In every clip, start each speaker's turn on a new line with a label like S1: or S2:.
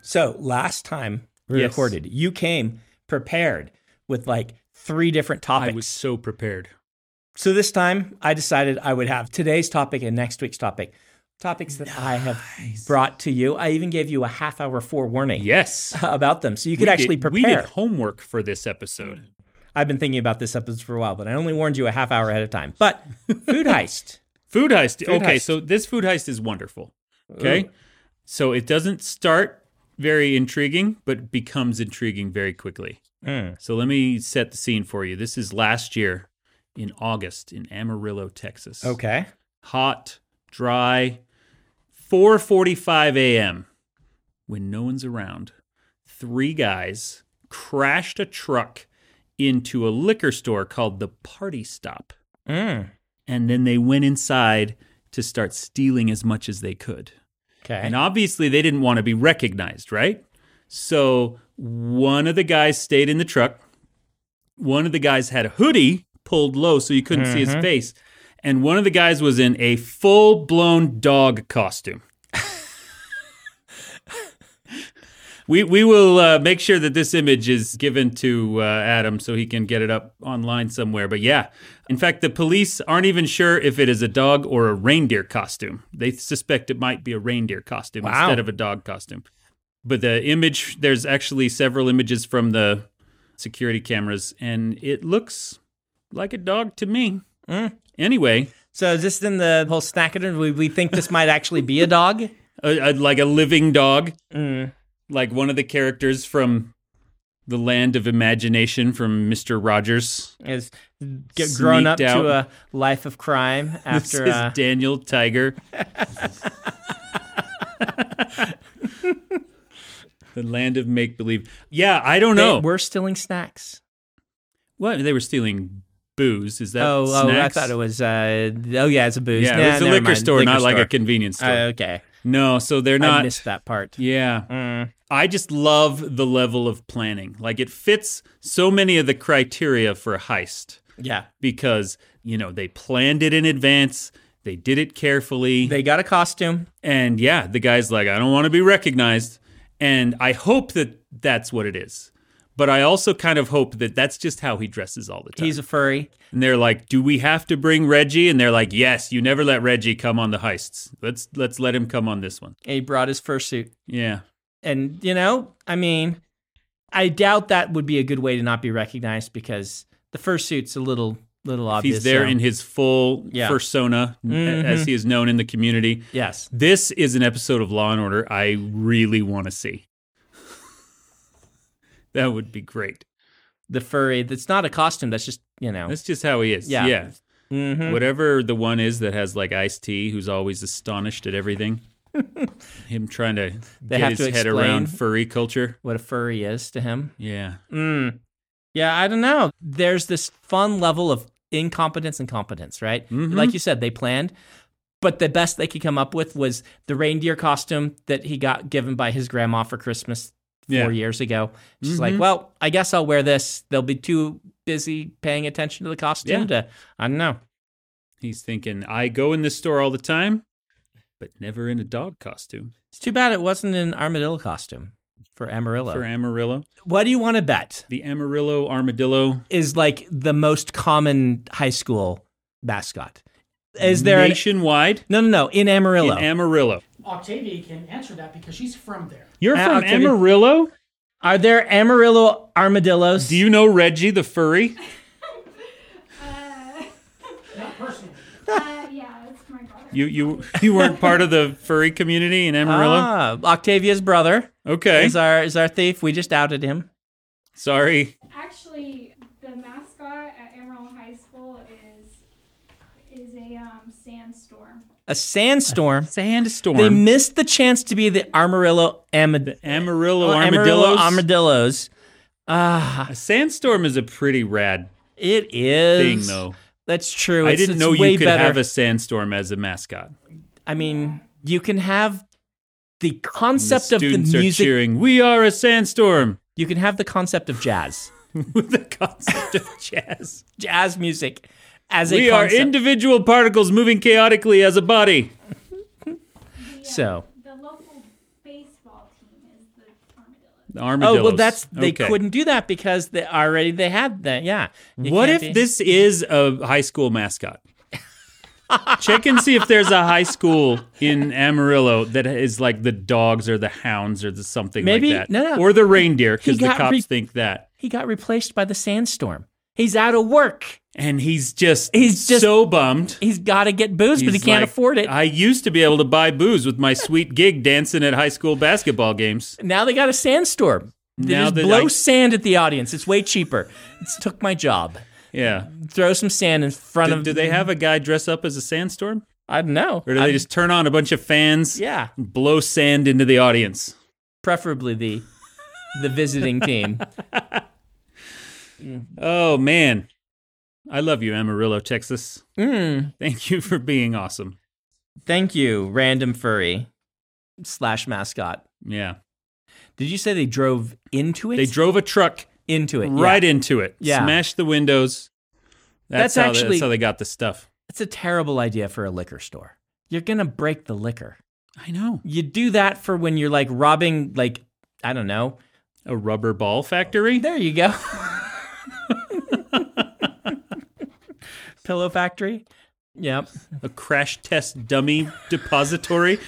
S1: So last time we
S2: Yes.
S1: recorded, you came prepared with like three different
S2: I
S1: topics.
S2: was so prepared.
S1: So this time I decided I would have today's topic and next week's topic. Topics that I have brought to you. I even gave you a half hour forewarning
S2: Yes.
S1: about them. So you could
S2: We
S1: actually Mm.
S2: did- We
S1: prepare.
S2: did homework for this episode.
S1: I've been thinking about this episode for a while, but I only warned you a half hour ahead of time. But food heist.
S2: Food heist. okay,
S1: heist.
S2: so this food heist is wonderful. Okay. So it doesn't start very intriguing, but becomes intriguing very quickly.
S1: Mm.
S2: So let me set the scene for you. This is last year in August in Amarillo, Texas.
S1: Okay.
S2: Hot, dry, 4:45 a.m. when no one's around. Three guys crashed a truck into a liquor store called the Party Stop.
S1: Mm.
S2: and then they went inside to start stealing as much as they could.
S1: Okay.
S2: And obviously, they didn't want to be recognized, right? So one of the guys stayed in the truck. One of the guys had a hoodie pulled low so you couldn't see his face. And one of the guys was in a full blown dog costume. We, we will uh, make sure that this image is given to uh, Adam so he can get it up online somewhere. But yeah, in fact, the police aren't even sure if it is a dog or a reindeer costume. They suspect it might be a reindeer costume
S1: Wow.
S2: instead of a dog costume. But the image, there's actually several images from the security cameras, and it looks like a dog to me. Anyway,
S1: so is this then the whole snackadon? We, we think this might actually be a dog?
S2: a, a, like a living dog.
S1: Mm.
S2: like one of the characters from the land of imagination from Mr. Rogers.
S1: Is get grown up
S2: Sneaked
S1: to a
S2: out.
S1: life of crime after
S2: this is
S1: uh,
S2: Daniel Tiger. the land of make believe. Yeah, I don't
S1: they
S2: know.
S1: we're stealing snacks.
S2: what they were stealing booze? Is that
S1: oh, oh, I
S2: snacks?
S1: thought it was. Uh, oh, yeah, it's a booze.
S2: yeah,
S1: Nah,
S2: it was a
S1: never
S2: liquor
S1: mind.
S2: store, not like a
S1: store.
S2: convenience store.
S1: Uh, okay,
S2: no, so they're
S1: I
S2: not.
S1: missed that part.
S2: Yeah.
S1: Mm.
S2: I just love the level of planning. Like it fits so many of the criteria for a heist.
S1: Yeah,
S2: because you know they planned it in advance they did it carefully
S1: they got a costume.
S2: and yeah the guy's like i don't want to be recognized and i hope that that's what it is but i also kind of hope that that's just how he dresses all the time
S1: He's a furry.
S2: and they're like do we have to bring reggie and they're like yes you never let reggie come on the heists let's let's let him come on this one
S1: And he brought his fursuit,
S2: yeah
S1: and you know, I mean, I doubt that would be a good way to not be recognized because the fursuit's a little, little obvious.
S2: he's there
S1: so-
S2: in his full
S1: Yeah.
S2: persona
S1: Mhm.
S2: as he is known in the community
S1: yes.
S2: This is an episode of Law and Order I really want to see. that would be great.
S1: The furry. That's not a costume. That's just you know.
S2: That's just how he is.
S1: Oh. Yeah.
S2: Yeah.
S1: Mhm.
S2: Whatever the one is that has like Ice T, who's always astonished at everything. Him trying to
S1: They
S2: get
S1: have
S2: his
S1: to
S2: head
S1: explain.
S2: around furry culture.
S1: What a furry is to him.
S2: Yeah.
S1: Mm. Yeah, I don't know. There's this fun level of incompetence and competence, right?
S2: Mhm.
S1: Like you said, they planned, but the best they could come up with was the reindeer costume that he got given by his grandma for Christmas four
S2: Yeah. Mm-hmm.
S1: years ago. She's like, well, I guess I'll wear this. They'll be too busy paying attention to the costume
S2: Yeah.
S1: to, I don't know.
S2: He's thinking, I go in this store all the time, but never in a dog costume
S1: It's too bad it wasn't an armadillo costume for Amarillo.
S2: for Amarillo.
S1: what do you want to bet
S2: The Amarillo armadillo.
S1: is like the most common high school mascot? Is there an
S2: nationwide
S1: No, no, no. In Amarillo.
S2: in Amarillo?
S3: Octavia can answer that because she's from there.
S2: You're
S1: Uh,
S2: from
S1: okay.
S2: Amarillo?
S1: Are there Amarillo armadillos?
S2: Do you know Reggie the furry?
S3: Not personally.
S4: Uh, yeah, it's my brother.
S2: You you you weren't part of the furry community in Amarillo?
S1: Ah, Octavia's brother
S2: okay.
S1: is our is our thief. We just outed him.
S2: Sorry.
S4: Actually, the mascot at Emerald High School is is a um, sandstorm.
S1: A sandstorm.
S2: Sandstorm.
S1: They missed the chance to be the Amarillo amad-
S2: Amarillo
S1: Oh, Amarillo
S2: armadillos.
S1: armadillos. Ah,
S2: a sandstorm is a pretty rad
S1: it is.
S2: thing though.
S1: That's true.
S2: I
S1: It's-
S2: didn't
S1: it's
S2: know
S1: way
S2: you could
S1: better.
S2: have a sandstorm as a mascot.
S1: I mean, you can have the concept
S2: the
S1: of the
S2: students
S1: music.
S2: are cheering, "We are a sandstorm."
S1: You can have the concept of jazz,
S2: With the concept of jazz.
S1: jazz music, as a
S2: we are
S1: concept.
S2: individual particles moving chaotically as a body.
S4: The, uh,
S1: So.
S4: the local baseball team is the
S2: The armadillos.
S1: Oh well, that's they
S2: Okay.
S1: couldn't do that because they already they had that. Yeah. You
S2: What if
S1: can't be-
S2: this is a high school mascot? Check and see if there's a high school in Amarillo that is like the dogs or the hounds or the something
S1: Maybe-
S2: like that,
S1: no, no.
S2: or the reindeer because the
S1: got
S2: cops
S1: re-
S2: think that.
S1: he got replaced by the sandstorm? He's out of work.
S2: And he's just
S1: He's just-
S2: so bummed.
S1: He's got to get booze, but he
S2: He's
S1: can't
S2: like,
S1: afford it.
S2: I used to be able to buy booze with my sweet gig dancing at high school basketball games.
S1: now they got a sandstorm. They
S2: Now
S1: just
S2: that
S1: blow
S2: I-
S1: sand at the audience. It's way cheaper. It took my job.
S2: Yeah.
S1: Throw some sand in front
S2: Do,
S1: of.
S2: do they have a guy dress up as a sandstorm?
S1: I don't know.
S2: Or do
S1: I-
S2: they just turn on a bunch of fans,
S1: Yeah,
S2: and blow sand into the audience?
S1: preferably the the visiting team.
S2: Oh, man. I love you, Amarillo, Texas.
S1: Mm,
S2: Thank you for being awesome.
S1: thank you, random furry slash mascot.
S2: Yeah.
S1: Did you say they drove into it?
S2: They drove a truck
S1: into it.
S2: right
S1: Yeah.
S2: into it,
S1: Yeah.
S2: smashed the windows.
S1: That's
S2: That's, how they,
S1: actually-
S2: that's how they got the stuff.
S1: It's a terrible idea for a liquor store. You're gonna break the liquor.
S2: I know.
S1: You do that for when you're like robbing, like I don't know.
S2: A rubber ball factory?
S1: There you go. Pillow factory. Yep.
S2: a crash test dummy depository.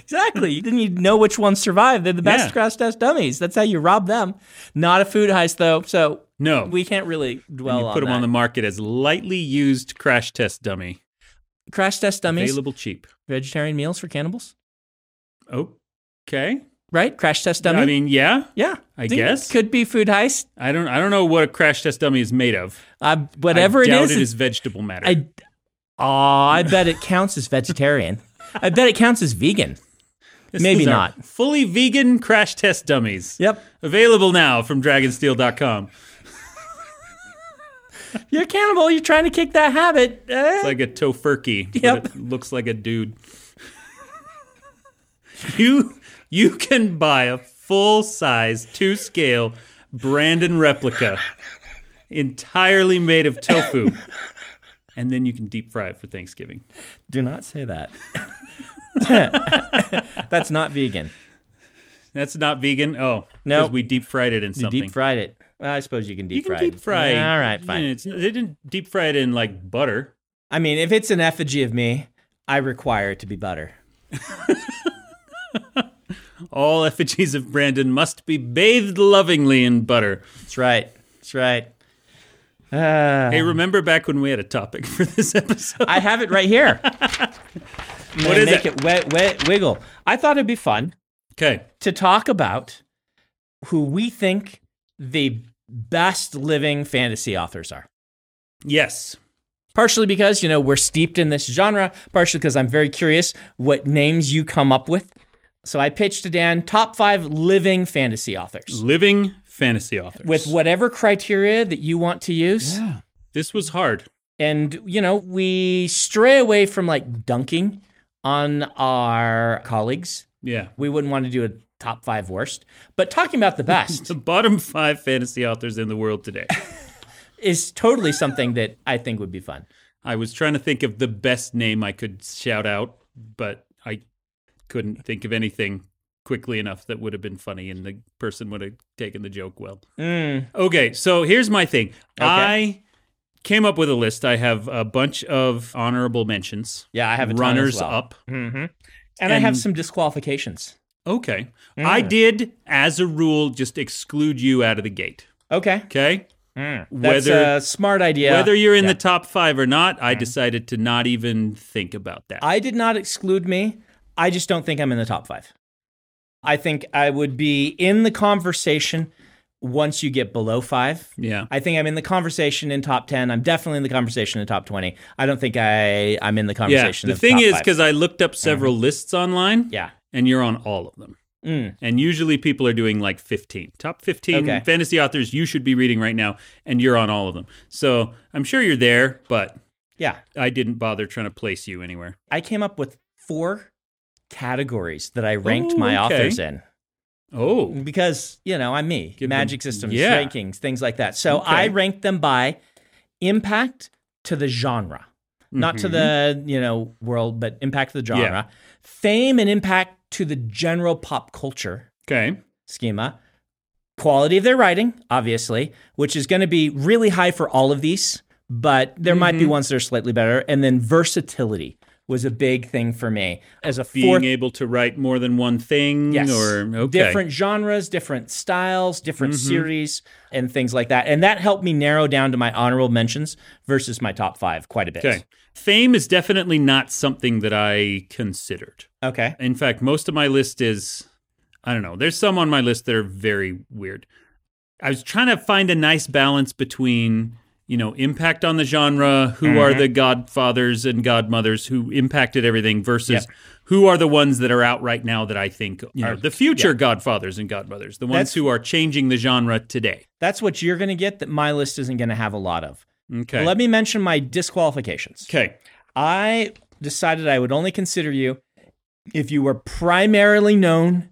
S1: Exactly. You didn't even know which ones survived. They're the best
S2: Yeah.
S1: crash test dummies. That's how you rob them. Not a food heist though, so
S2: No,
S1: we can't really dwell
S2: you
S1: on
S2: put them
S1: that.
S2: on the market as lightly used crash test dummy,
S1: crash test dummies.
S2: available cheap.
S1: Vegetarian meals for cannibals,
S2: Okay,
S1: right? Crash test dummy.
S2: I mean, yeah,
S1: yeah,
S2: I
S1: Dude,
S2: guess.
S1: could be food heist.
S2: I don't, I don't know what a crash test dummy is made of.
S1: Uh, whatever
S2: I
S1: it
S2: doubt
S1: is,
S2: it
S1: it's-
S2: is vegetable matter.
S1: I. Aw, I bet it counts as vegetarian. I bet it counts as vegan.
S2: This
S1: maybe
S2: is our
S1: not.
S2: Fully vegan crash test dummies.
S1: Yep.
S2: Available now from dragonsteel.com.
S1: You're a cannibal. You're trying to kick that habit. Eh?
S2: It's like a tofurkey. but
S1: Yep.
S2: it looks like a dude. you you can buy a full size, two scale Brandon replica, entirely made of tofu, and then you can deep fry it for Thanksgiving.
S1: Do not say that. That's not vegan.
S2: That's not vegan. Oh,
S1: No.
S2: because we deep fried it in
S1: You
S2: something.
S1: deep fried it. Well, I suppose you can deep
S2: you can
S1: fry
S2: deep
S1: it.
S2: fry.
S1: All right, fine.
S2: It's, they didn't deep fry it in like butter.
S1: I mean, if it's an effigy of me, I require it to be butter.
S2: All effigies of Brandon must be bathed lovingly in butter.
S1: That's right. That's right. Uh,
S2: Hey, remember back when we had a topic for this episode?
S1: I have it right here. I'm gonna
S2: is
S1: make
S2: it?
S1: it, wet, wet, wiggle. I thought it'd be fun
S2: Okay.
S1: to talk about who we think the best living fantasy authors are.
S2: Yes.
S1: partially because you know we're steeped in this genre partially because i'm very curious what names you come up with so i pitched to dan top five living fantasy authors
S2: Living fantasy authors.
S1: with whatever criteria that you want to use
S2: This was hard.
S1: and you know we stray away from like dunking on our colleagues
S2: Yeah.
S1: we wouldn't want to do a top five worst but talking about the best
S2: The bottom five fantasy authors in the world today.
S1: is totally something that i think would be fun
S2: I was trying to think of the best name I could shout out, but I couldn't think of anything quickly enough that would have been funny and the person would have taken the joke well.
S1: Mm.
S2: Okay, so here's my thing. I came up with a list. I have a bunch of honorable mentions.
S1: yeah i have a ton as
S2: runners
S1: well.
S2: up.
S1: and i have
S2: And-
S1: some disqualifications
S2: Okay. I
S1: Mm.
S2: did, as a rule, just exclude you out of the gate.
S1: okay
S2: Okay.
S1: Mm. That's uh,
S2: Whether-
S1: a smart idea.
S2: Whether you're in the top five or not, I decided to not even think about that.
S1: Mm. I did not exclude me. I just don't think I'm in the top five. I think I would be in the conversation once you get below five.
S2: yeah.
S1: I think I'm in the conversation in top ten. I'm definitely in the conversation in top twenty. I don't think I I'm in the
S2: yeah.
S1: conversation.
S2: The
S1: of
S2: thing
S1: top
S2: is,
S1: five. Mm-hmm.
S2: because I looked up several lists online
S1: yeah,
S2: and you're on all of them.
S1: Mm.
S2: And usually people are doing like 15, top 15
S1: Okay.
S2: fantasy authors you should be reading right now, and you're on all of them. So I'm sure you're there, but
S1: yeah,
S2: I didn't bother trying to place you anywhere.
S1: I came up with four categories that I ranked
S2: Ooh,
S1: my
S2: okay.
S1: authors in.
S2: Oh,
S1: because you know I'm me,
S2: Give them-
S1: magic systems,
S2: yeah.
S1: rankings, things like that. So
S2: Okay.
S1: I ranked them by impact to the genre, not to the
S2: Mm-hmm.
S1: you know world, but impact to the genre, fame and impact to the general pop culture,
S2: okay.
S1: schema, quality of their writing, obviously, which is going to be really high for all of these, but there might
S2: Mm-hmm.
S1: be ones that are slightly better. And then versatility was a big thing for me as a
S2: Being
S1: fourth
S2: able to write more than one thing
S1: Yes.
S2: or okay. Mm-hmm.
S1: different genres, different styles, different series, and things like that. And that helped me narrow down to my honorable mentions versus my top five quite a bit.
S2: Okay. Fame is definitely not something that I considered.
S1: Okay.
S2: In fact, most of my list is, I don't know, there's some on my list that are very weird. I was trying to find a nice balance between, you know, impact on the genre, who
S1: Mm-hmm.
S2: are the godfathers and godmothers who impacted everything versus
S1: Yep.
S2: who are the ones that are out right now that I think you know, the future godfathers and godmothers, the ones
S1: That's-
S2: who are changing the genre today.
S1: That's what you're going to get that my list isn't going to have a lot of.
S2: Okay.
S1: Let me mention my disqualifications.
S2: okay.
S1: I decided I would only consider you if you were primarily known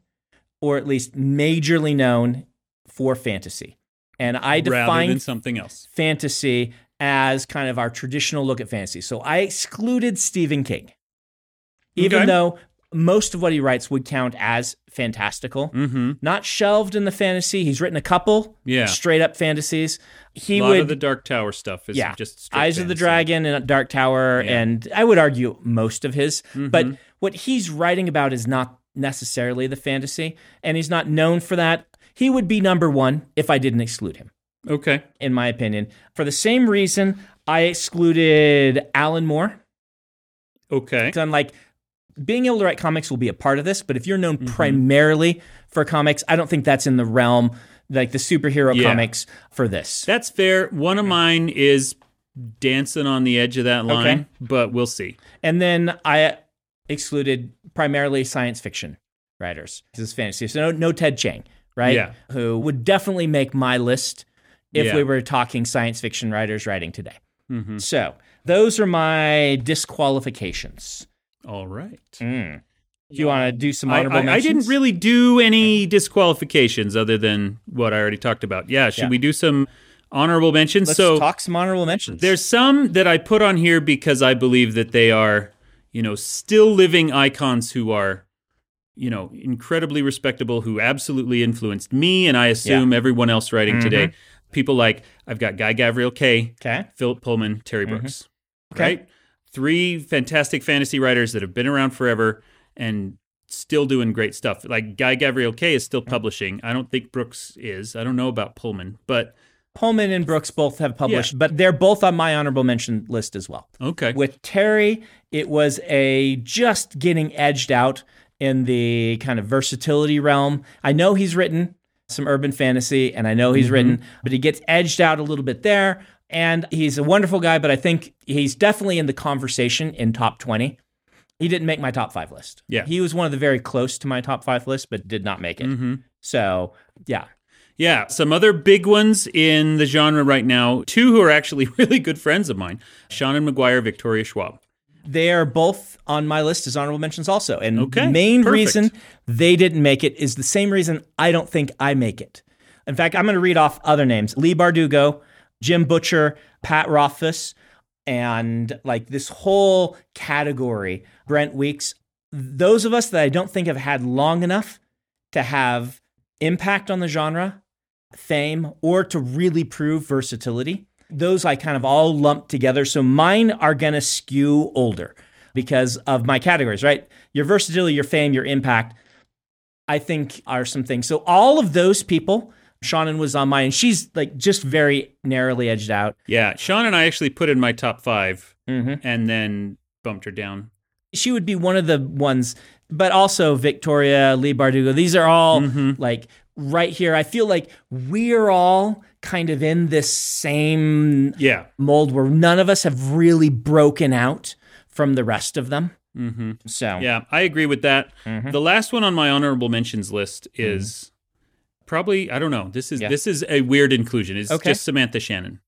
S1: or at least majorly known for fantasy. And I
S2: Rather
S1: defined
S2: than something else.
S1: fantasy as kind of our traditional look at fantasy. So I excluded Stephen King, even
S2: Okay.
S1: though most of what he writes would count as fantastical.
S2: Mm-hmm.
S1: Not shelved in the fantasy. He's written a couple
S2: Yeah.
S1: straight up fantasies. He
S2: a lot
S1: would
S2: of the Dark Tower stuff is
S1: yeah,
S2: just straight
S1: Eyes of the
S2: fantasy.
S1: Dragon and Dark Tower,
S2: Yeah.
S1: and I would argue most of his. But
S2: Mhm.
S1: what he's writing about is not necessarily the fantasy, and he's not known for that. He would be number one if I didn't exclude him
S2: Okay.
S1: in my opinion. For the same reason, I excluded Alan Moore.
S2: Okay.
S1: Because I'm like, being able to write comics will be a part of this, but if you're known
S2: Mm-hmm.
S1: primarily for comics, I don't think that's in the realm, like the superhero
S2: Yeah.
S1: comics for this.
S2: That's fair. One of mine is dancing on the edge of that line,
S1: Hmm. Okay.
S2: but we'll see.
S1: And then I excluded primarily science fiction writers. This is fantasy. So no, no Ted Chang, right?
S2: Yeah.
S1: Who would definitely make my list if
S2: Yeah.
S1: we were talking science fiction writers writing today.
S2: Mhm.
S1: So those are my disqualifications.
S2: All right.
S1: Mm. Do you want to do some
S2: I,
S1: honorable
S2: I- I
S1: mentions?
S2: didn't really do any disqualifications other than what I already talked about. Yeah. Should
S1: Yeah.
S2: we do some honorable mentions?
S1: Let's
S2: so
S1: talk some honorable mentions.
S2: there's some that I put on here because I believe that they are, you know, still living icons who are. You know, incredibly respectable, who absolutely influenced me, and I assume everyone else writing
S1: Mm-hmm.
S2: today. People like I've got Guy Gavriel Kay,
S1: okay.
S2: Philip Pullman, Terry Brooks.
S1: Mm-hmm. Okay.
S2: Right? Three fantastic fantasy writers that have been around forever and still doing great stuff. Like Guy Gavriel Kay is still
S1: Mm-hmm.
S2: publishing. I don't think Brooks is. I don't know about Pullman, but
S1: Pullman and Brooks both have published, but they're both on my honorable mention list as well.
S2: okay.
S1: With Terry, it was a just getting edged out in the kind of versatility realm. I know he's written some urban fantasy and I know
S2: Mm-hmm.
S1: he's written, but he gets edged out a little bit there. And he's a wonderful guy, but I think he's definitely in the conversation in top 20. He didn't make my top five list.
S2: Yeah.
S1: He was one of the very close to my top five list, but did not make it.
S2: Mm-hmm.
S1: So, yeah.
S2: Yeah, some other big ones in the genre right now, two who are actually really good friends of mine, Shannon McGuire, Victoria Schwab.
S1: They are both on my list as honorable mentions also. And
S2: Okay,
S1: the main
S2: perfect.
S1: reason they didn't make it is the same reason I don't think I make it. In fact, I'm going to read off other names. Lee Bardugo, Jim Butcher, Pat Rothfuss, and like this whole category, Brent Weeks. Those of us that I don't think have had long enough to have impact on the genre, fame, or to really prove versatility. Those I kind of all lump together. So mine are going to skew older because of my categories, right? Your versatility, your fame, your impact, I think are some things. So all of those people, Shannon was on mine, and she's like just very narrowly edged out.
S2: Yeah, Sean and I actually put in my top 5
S1: Mm-hmm.
S2: and then bumped her down.
S1: she would be one of the ones, but also Victoria, Lee Bardugo. These are all like right here. I feel like we're all kind of in this same
S2: Yeah.
S1: mold where none of us have really broken out from the rest of them.
S2: Mm-hmm.
S1: So,
S2: Yeah, I agree with that.
S1: Mm-hmm.
S2: The last one on my honorable mentions list is probably I don't know. This is
S1: Yeah.
S2: this is a weird inclusion. It's
S1: Okay.
S2: just Samantha Shannon,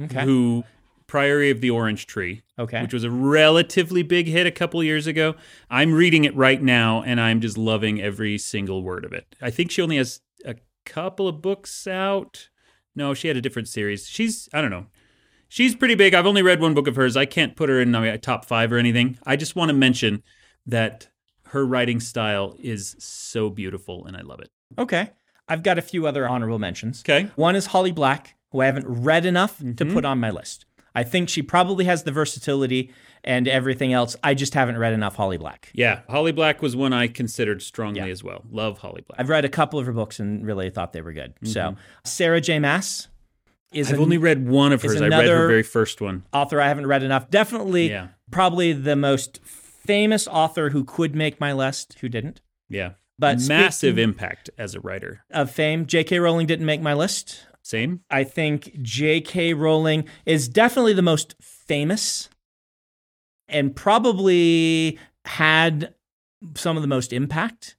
S1: okay.
S2: who Priory of the Orange Tree,
S1: okay.
S2: which was a relatively big hit a couple years ago. I'm reading it right now, and I'm just loving every single word of it. I think she only has a couple of books out. No, she had a different series. She's I don't know. She's pretty big. I've only read one book of hers. I can't put her in my top five or anything. I just want to mention that her writing style is so beautiful, and I love it.
S1: okay. I've got a few other honorable mentions.
S2: Okay. Mm-hmm.
S1: One is Holly Black, who I haven't read enough to put on my list. I think she probably has the versatility and everything else. I just haven't read enough Holly Black.
S2: Yeah, Holly Black was one I considered strongly
S1: Yeah.
S2: as well. Love Holly Black.
S1: I've read a couple of her books and really thought they were good. So Sarah J. Mass is
S2: Mm-hmm. I've
S1: an
S2: only read one of
S1: is
S2: hers. I read her
S1: another-
S2: very first one.
S1: author I haven't read enough. Definitely,
S2: Yeah.
S1: probably the most famous author who could make my list, who didn't.
S2: Yeah.
S1: But
S2: massive
S1: speaking
S2: impact as a writer.
S1: of fame, J.K. Rowling didn't make my list.
S2: Same.
S1: I think J.K. Rowling is definitely the most famous and probably had some of the most impact.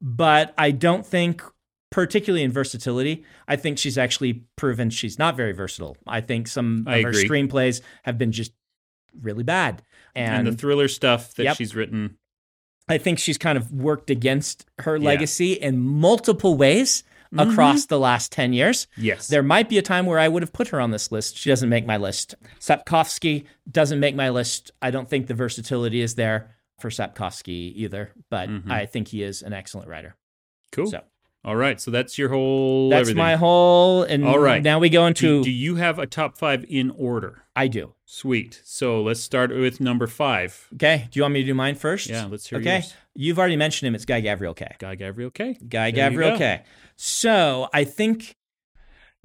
S1: But I don't think, particularly in versatility, I think she's actually proven she's not very versatile. I think some
S2: I
S1: of her
S2: agree.
S1: screenplays have been just really bad.
S2: And,
S1: And,
S2: the thriller stuff that
S1: Yep.
S2: she's written.
S1: I think she's kind of worked against her
S2: Yeah. Mm-hmm.
S1: legacy in multiple ways across the last 10 years.
S2: Yes.
S1: There might be a time where I would have put her on this list. She doesn't make my list. Sapkowski doesn't make my list. I don't think the versatility is there for Sapkowski either, but
S2: Mm-hmm.
S1: I think he is an excellent writer.
S2: cool.
S1: So
S2: All right. So that's your whole
S1: that's
S2: everything.
S1: my whole. And
S2: All right.
S1: now we go into.
S2: do, do you have a top five in order?
S1: I do.
S2: Sweet. So let's start with number five.
S1: Okay. Do you want me to do mine first?
S2: Yeah, let's hear
S1: Okay.
S2: yours.
S1: You've already mentioned him. It's Guy Gavriel Kay.
S2: Guy Gabriel K.
S1: Guy
S2: There you
S1: Gavriel
S2: go.
S1: Kay. So I think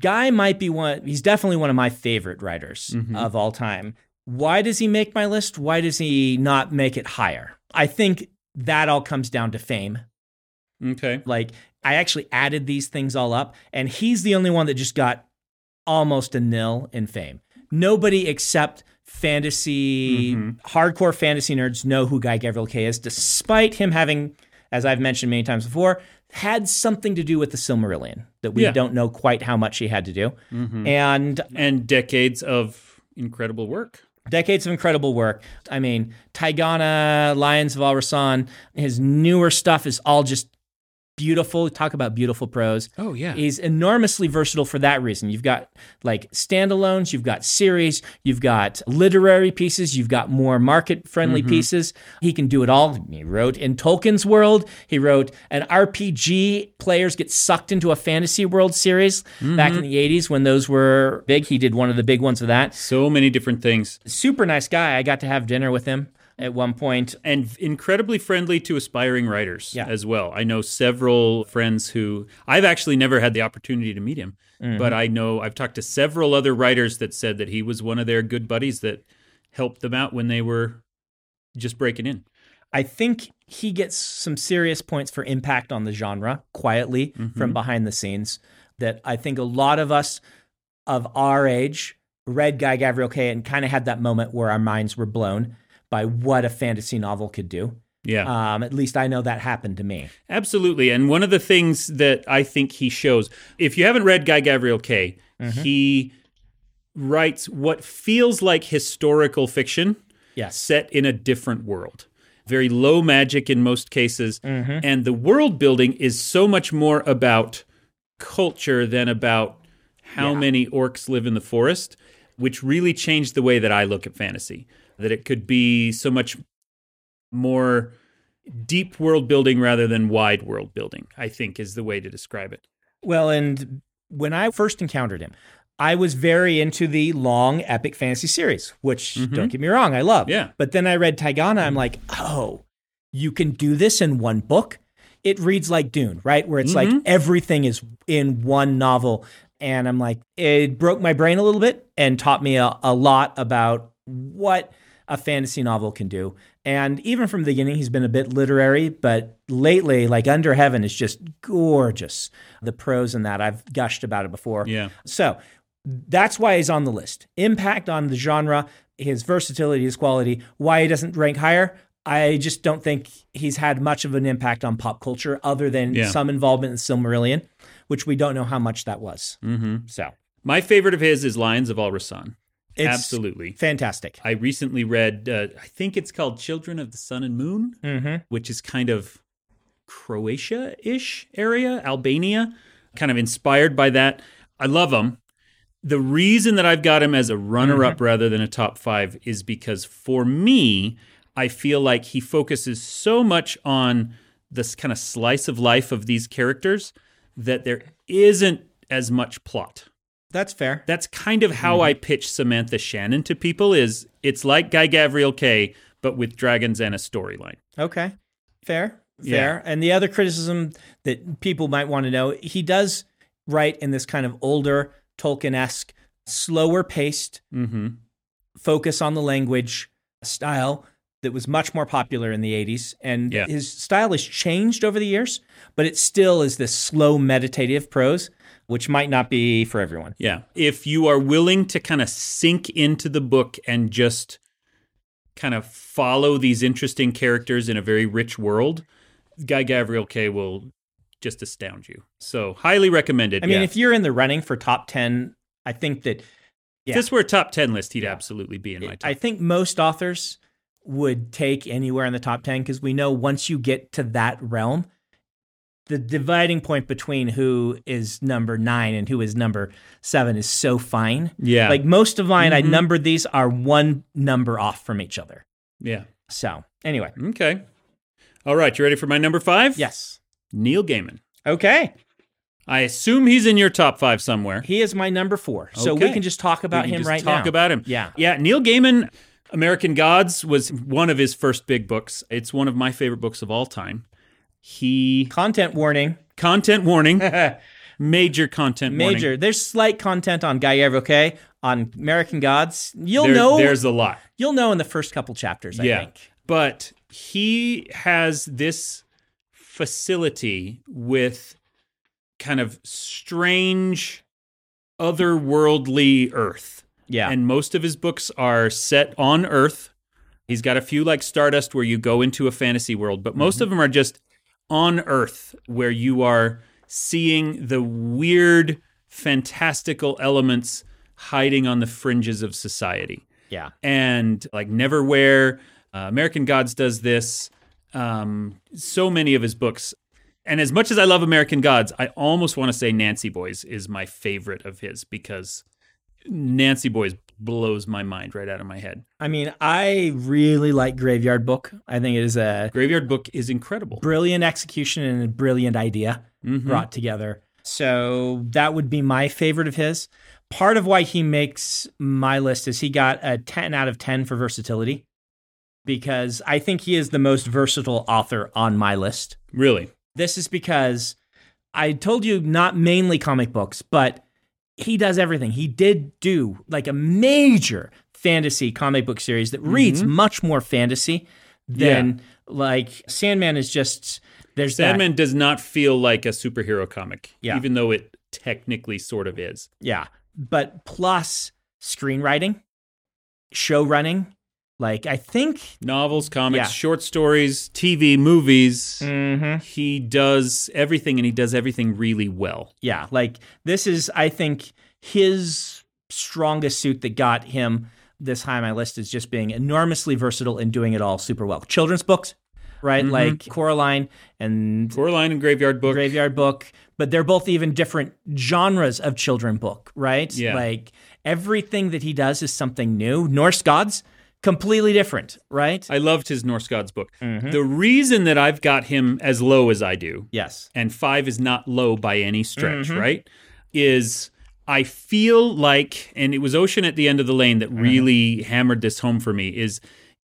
S1: Guy might be one. He's definitely one of my favorite writers
S2: Mm-hmm.
S1: of all time. Why does he make my list? Why does he not make it higher? I think that all comes down to fame.
S2: Okay.
S1: Like I actually added these things all up, and he's the only one that just got almost a nil in fame. Nobody except fantasy
S2: Mm-hmm.
S1: hardcore fantasy nerds know who Guy Gavriel Kay is, despite him having, as I've mentioned many times before, had something to do with the Silmarillion that we
S2: Yeah. Mm-hmm.
S1: don't know quite how much he had to do. And
S2: And decades of incredible work.
S1: decades of incredible work. I mean, Taigana, Lions of Alrasan, his newer stuff is all just beautiful. Talk about beautiful prose.
S2: Oh, yeah.
S1: He's enormously versatile for that reason. You've got like standalones, you've got series, you've got literary pieces, you've got more market friendly
S2: Mm-hmm.
S1: pieces. He can do it all. He wrote in Tolkien's world, he wrote an RPG players get sucked into a fantasy world series back
S2: Mm-hmm.
S1: in the 80s when those were big. He did one of the big ones of that
S2: So many different things.
S1: super nice guy. I got to have dinner with him at one point.
S2: and incredibly friendly to aspiring writers
S1: Yeah.
S2: as well. I know several friends who I've actually never had the opportunity to meet him, but I know I've talked to several other writers that said that he was one of their good buddies that helped them out when they were just breaking in.
S1: I think he gets some serious points for impact on the genre quietly from behind the scenes that I think a lot of us of our age read Guy Gavriel Kay and kind of had that moment where our minds were blown by what a fantasy novel could do.
S2: Yeah.
S1: Um, at least I know that happened to me.
S2: Absolutely. And one of the things that I think he shows, if you haven't read Guy Gavriel Kay, he writes what feels like historical fiction
S1: Yes.
S2: set in a different world. Very low magic in most cases. And the world building is so much more about culture than about how many orcs live in the forest, which really changed the way that I look at fantasy. That it could be so much more deep world building rather than wide world building, I think is the way to describe it.
S1: Well, and when I first encountered him, I was very into the long epic fantasy series, which don't get me wrong, I love.
S2: Yeah.
S1: But then I read Taigana, I'm like, oh, you can do this in one book. It reads like Dune, right? Where it's like everything is in one novel. And I'm like, it broke my brain a little bit and taught me a, a lot about what a fantasy novel can do. And even from the beginning, he's been a bit literary, but lately, like Under Heaven is just gorgeous. The prose in that, I've gushed about it before.
S2: Yeah.
S1: So that's why he's on the list. Impact on the genre, his versatility, his quality, why he doesn't rank higher. I just don't think he's had much of an impact on pop culture other than
S2: Yeah.
S1: some involvement in Silmarillion, which we don't know how much that was. Mm-hmm. So
S2: My favorite of his is Lions of Alrasan.
S1: it's
S2: Absolutely.
S1: fantastic.
S2: I recently read, uh, I think it's called Children of the Sun and Moon, which is kind of Croatia ish area, Albania, kind of inspired by that. I love him. The reason that I've got him as a runner up rather than a top five is because for me, I feel like he focuses so much on this kind of slice of life of these characters that there isn't as much plot.
S1: That's fair.
S2: That's kind of
S1: Mm-hmm.
S2: how I pitch Samantha Shannon to people is it's like Guy Gavriel K, but with dragons and a storyline.
S1: Okay. Fair.
S2: Yeah.
S1: Fair. And the other criticism that people might want to know, he does write in this kind of older Tolkien-esque, slower paced,
S2: Mm-hmm.
S1: focus on the language style that was much more popular in the 80s and
S2: Yeah.
S1: his style has changed over the years, but it still is this slow meditative prose which might not be for everyone.
S2: Yeah. If you are willing to kind of sink into the book and just kind of follow these interesting characters in a very rich world, Guy Gavriel K will just astound you. So highly recommended.
S1: I mean,
S2: yeah.
S1: if you're in the running for top 10, I think that
S2: If
S1: yeah.
S2: this were a top 10 list, he'd absolutely be in my top.
S1: I think most authors would take anywhere in the top 10 because we know once you get to that realm, the dividing point between who is number nine and who is number seven is so fine.
S2: yeah.
S1: Like most of mine, I
S2: Mhm.
S1: numbered these are one number off from each other.
S2: yeah.
S1: So, anyway,
S2: Okay. All right. You ready for my number five?
S1: yes.
S2: Neil Gaiman.
S1: Okay.
S2: I assume he's in your top five somewhere.
S1: He is my number four. So, we
S2: Okay.
S1: can just talk about
S2: We can
S1: him
S2: just
S1: right now.
S2: Talk about him.
S1: Yeah.
S2: Yeah. Neil Gaiman, American Gods was one of his first big books. It's one of my favorite books of all time. He
S1: Content warning.
S2: content warning, major content warning.
S1: Major. There's slight content on Guy Avocat, on American Gods. You'll
S2: There-
S1: know
S2: there's a lot.
S1: You'll know in the first couple chapters, I
S2: yeah.
S1: think.
S2: But he has this facility with kind of strange otherworldly earth.
S1: Yeah.
S2: and most of his books are set on Earth. He's got a few like Stardust where you go into a fantasy world, but most of them are just on Earth where you are seeing the weird, fantastical elements hiding on the fringes of society.
S1: yeah.
S2: And like Neverwhere, uh, American Gods does this. Um, so many of his books. And as much as I love American Gods, I almost want to say Nancy Boys is my favorite of his because Nancy Boys blows my mind right out of my head.
S1: I mean, I really like Graveyard Book. I think it is a
S2: Graveyard Book is incredible.
S1: brilliant execution and a brilliant idea brought together. So that would be my favorite of his. Part of why he makes my list is he got a 10 out of 10 for versatility because I think he is the most versatile author on my list.
S2: Really.
S1: This is because I told you not mainly comic books, but he does everything. He did do like a major fantasy comic book series that reads much more fantasy than like Sandman is just there's
S2: Sandman does not feel like a superhero comic,
S1: Yeah.
S2: even though it technically sort of is.
S1: that. Yeah. But plus screenwriting, show running, like I think
S2: Novels, comics,
S1: Yeah.
S2: short stories, TV, movies.
S1: mm-hmm.
S2: He does everything and he does everything really well.
S1: yeah, like this is I think his strongest suit that got him this high on my list is just being enormously versatile and doing it all super well. Children's books, right?
S2: Mm-hmm.
S1: Like Coraline and
S2: Coraline and Graveyard Book.
S1: Graveyard Book, but they're both even different genres of children book, right?
S2: Yeah.
S1: Like everything that he does is something new. Norse gods, completely different, right?
S2: I loved his Norse Gods book. The reason that I've got him as low as I do
S1: yes.
S2: and five is not low by any stretch, right? Is I feel like, and it was Ocean at the end of the lane that really hammered this home for me, is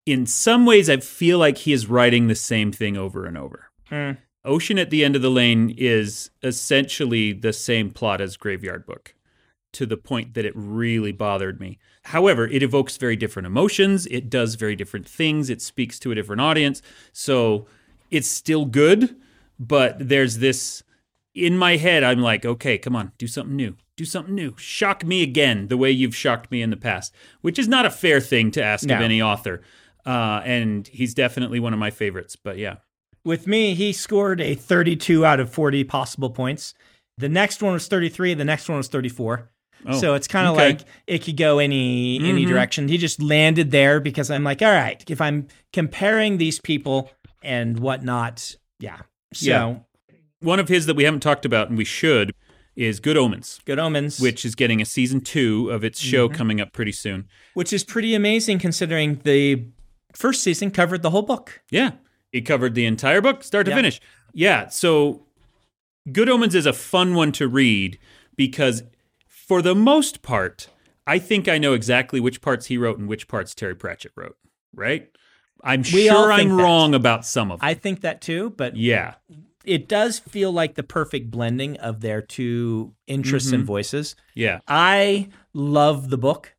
S2: in some ways I feel like he is writing the same thing over and over.
S1: Mm.
S2: Ocean at the end of the lane is essentially the same plot as Graveyard Book to the point that it really bothered me. However, it evokes very different emotions, it does very different things, it speaks to a different audience. So it's still good, but there's this in my head I'm like, okay, come on, do something new. Do something new. Shock me again the way you've shocked me in the past, which is not a fair thing to ask of
S1: No.
S2: any author. Uh, and he's definitely one of my favorites, but yeah.
S1: With me, he scored a 32 out of 40 possible points. The next one was 33, the next one was 34.
S2: Oh,
S1: so it's kind of
S2: okay. Mm-hmm.
S1: like it could go any any direction. He just landed there because I'm like, all right, if I'm comparing these people and whatnot, yeah. So
S2: Yeah. One of his that we haven't talked about and we should is Good Omens,
S1: good omens,
S2: which is getting a season two of its show
S1: Mm-hmm.
S2: coming up pretty soon.
S1: which is pretty amazing considering the first season covered the whole book.
S2: Yeah. He covered the entire book, start to
S1: Yeah.
S2: finish. Yeah. So Good Omens is a fun one to read because, for the most part, I think I know exactly which parts he wrote and which parts Terry Pratchett wrote. Right? I'm
S1: We all
S2: sure
S1: think
S2: I'm
S1: that.
S2: wrong about some of them.
S1: I think that too, but
S2: yeah.
S1: it does feel like the perfect blending of their two interests
S2: Mm-hmm.
S1: and voices.
S2: Yeah.
S1: I love the book.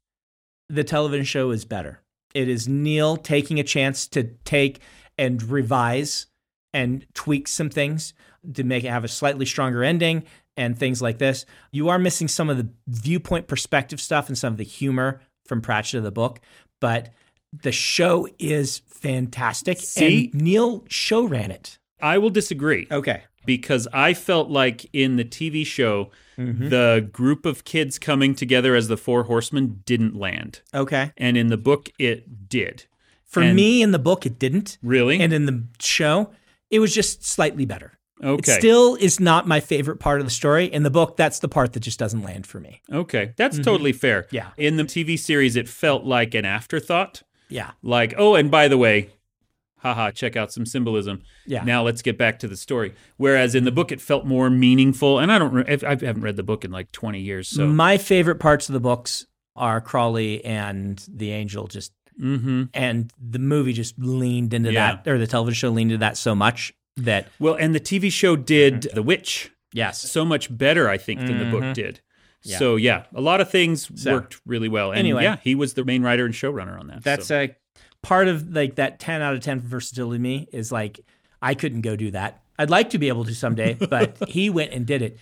S1: The television show is better. It is Neil taking a chance to take and revise and tweak some things to make it have a slightly stronger ending and things like this. You are missing some of the viewpoint perspective stuff and some of the humor from Pratchett of the book, but the show is fantastic.
S2: See?
S1: And Neil show ran it.
S2: I will disagree.
S1: Okay.
S2: because I felt like in the TV show,
S1: Mm-hmm.
S2: the group of kids coming together as the Four Horsemen didn't land.
S1: Okay.
S2: And in the book, it did.
S1: For
S2: And-
S1: me, in the book, it didn't.
S2: Really?
S1: And in the show, it was just slightly better.
S2: okay.
S1: It still is not my favorite part of the story. In the book, that's the part that just doesn't land for me.
S2: okay. That's totally fair.
S1: Mm-hmm. Yeah.
S2: In the TV series, it felt like an afterthought.
S1: Yeah.
S2: Like, oh, and by the way, haha, check out some symbolism.
S1: Yeah.
S2: Now let's get back to the story. Whereas in the book, it felt more meaningful. And I don't, re- I haven't read the book in like 20 years. So,
S1: My favorite parts of the books are Crawley and the Angel just
S2: mm-hmm.
S1: and the movie just leaned into
S2: Yeah.
S1: that or the television show leaned into that so much that
S2: well, and the TV show did The Witch.
S1: Mm-hmm. yes. Mm-hmm.
S2: so much better, I think, than the book did. So yeah, a lot of things
S1: So-
S2: worked really well. And
S1: Anyway.
S2: yeah, he was the main writer and showrunner on that.
S1: That's a part of like that 10 out of 10 versatility to me is like I couldn't go do that. I'd like to be able to someday, but he went and did it.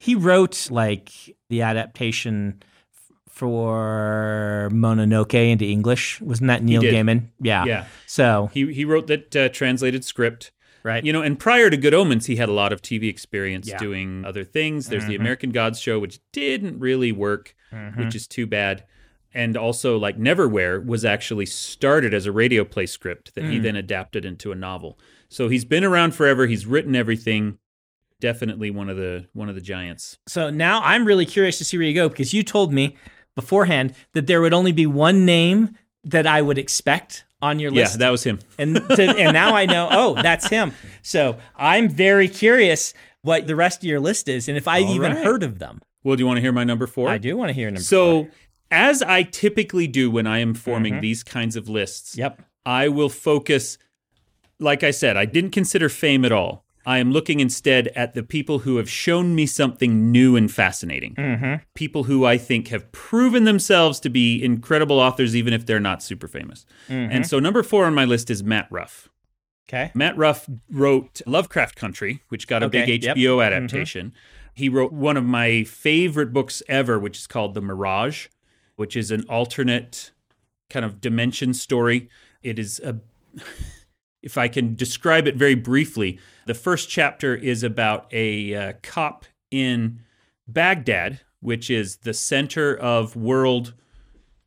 S1: He wrote like the adaptation f- for Mononoke into English. Wasn't that Neil
S2: did.
S1: Gaiman? Yeah.
S2: Yeah.
S1: So,
S2: he he wrote that uh, translated script.
S1: right.
S2: You know, and prior to Good Omens, he had a lot of TV experience
S1: Yeah. Mm-hmm.
S2: doing other things. There's the American Gods show, which didn't really work, which is too bad. And also, like Neverwhere was actually started as a radio play script that
S1: Mm.
S2: he then adapted into a novel. So he's been around forever. He's written everything. Definitely one of the one of the giants.
S1: so now I'm really curious to see where you go because you told me beforehand that there would only be one name that I would expect on your
S2: Yeah,
S1: list.
S2: that was him.
S1: and to, and now I know. Oh, that's him. So I'm very curious what the rest of your list is, and if I've
S2: All
S1: even
S2: right.
S1: heard of them.
S2: Well, do you want to hear my number four?
S1: I do want to hear number.
S2: So, as I typically do when I am forming
S1: Mm-hmm.
S2: these kinds of lists,
S1: yep.
S2: I will focus, like I said, I didn't consider fame at all. I am looking instead at the people who have shown me something new and fascinating.
S1: Mm-hmm.
S2: People who I think have proven themselves to be incredible authors, even if they're not super famous.
S1: Mm-hmm.
S2: And so, number four on my list is Matt Ruff.
S1: Okay.
S2: Matt Ruff wrote Lovecraft Country, which got a
S1: Okay,
S2: big
S1: yep. Mm-hmm.
S2: HBO adaptation. He wrote one of my favorite books ever, which is called The Mirage, which is an alternate kind of dimension story. It is a if I can describe it very briefly, the first chapter is about a uh, cop in Baghdad, which is the center of world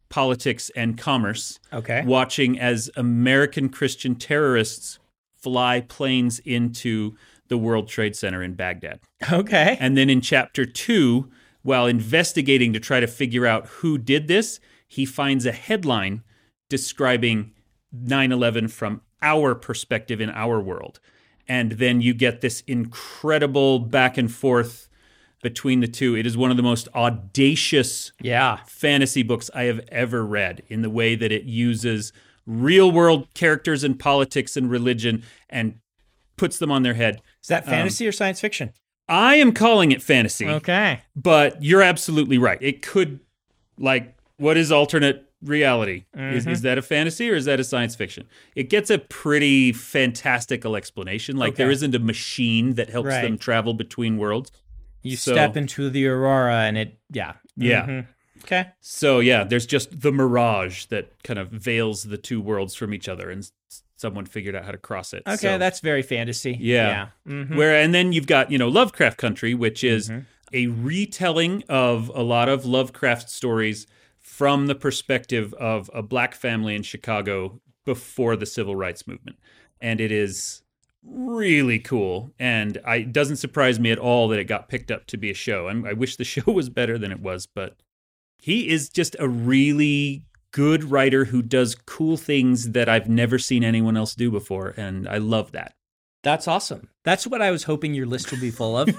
S2: politics and commerce
S1: Okay.
S2: watching as American Christian terrorists fly planes into the World Trade Center in Baghdad.
S1: Okay.
S2: And then in chapter two, while investigating to try to figure out who did this, he finds a headline describing 9 11 from our perspective in our world. And then you get this incredible back and forth between the two. It is one of the most audacious
S1: Yeah.
S2: fantasy books I have ever read in the way that it uses real world characters and politics and religion and puts them on their head.
S1: Is that fantasy or science fiction?
S2: I am calling it fantasy,
S1: Okay.
S2: but you're absolutely right. It could, like, what is alternate reality? Is,
S1: Mm-hmm.
S2: is that a fantasy or is that a science fiction? It gets a pretty fantastical explanation. Like, there
S1: Okay.
S2: isn't a machine that helps
S1: Right.
S2: them travel between worlds.
S1: You
S2: So-
S1: step into the aurora, and it. Yeah.
S2: Yeah.
S1: Mhm. Okay.
S2: So yeah, there's just the mirage that kind of veils the two worlds from each other, and s- someone figured out how to cross it.
S1: Okay.
S2: So-
S1: that's very fantasy.
S2: yeah.
S1: Yeah. Mhm.
S2: Where and then you've got you know Lovecraft Country, which is a retelling of a lot of Lovecraft stories from the perspective of a black family in Chicago before the civil rights movement, and it is really cool. And I, it doesn't surprise me at all that it got picked up to be a show. And I wish the show was better than it was, but he is just a really good writer who does cool things that I've never seen anyone else do before, and I love that.
S5: That's awesome.
S1: That's what I was hoping your list would be full of.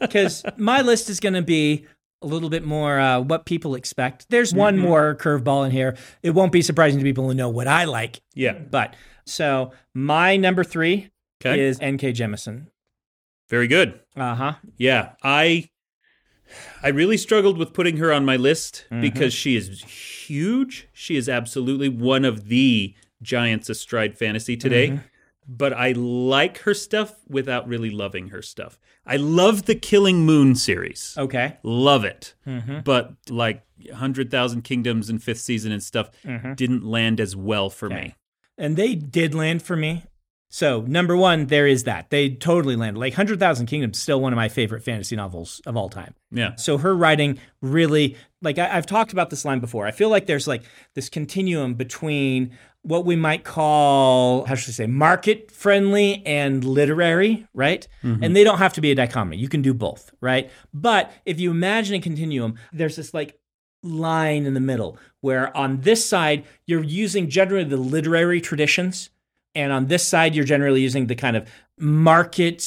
S1: Because my list is going to be a little bit more uh, what people expect. There's one more curveball in here. It won't be surprising to people who know what I like.
S2: Yeah.
S1: But so my number three
S2: Okay.
S1: is N.K. Jemison.
S2: Very good.
S1: Uh huh.
S2: Yeah, I I really struggled with putting her on my list because she is huge. She is absolutely one of the giants astride fantasy today. But I like her stuff without really loving her stuff. I love the Killing Moon series.
S1: Okay.
S2: Love it. But like 100,000 Kingdoms and fifth season and stuff didn't land as well for me.
S1: And they did land for me. So number one, there is that. They totally landed. Like Hundred Thousand Kingdoms, still one of my favorite fantasy novels of all time.
S2: Yeah.
S1: So her writing really, like I, I've talked about this line before. I feel like there's like this continuum between what we might call, how should I say, market friendly and literary, right? And they don't have to be a dichotomy. You can do both, right? But if you imagine a continuum, there's this like line in the middle where on this side, you're using generally the literary traditions. And on this side, you're generally using the kind of market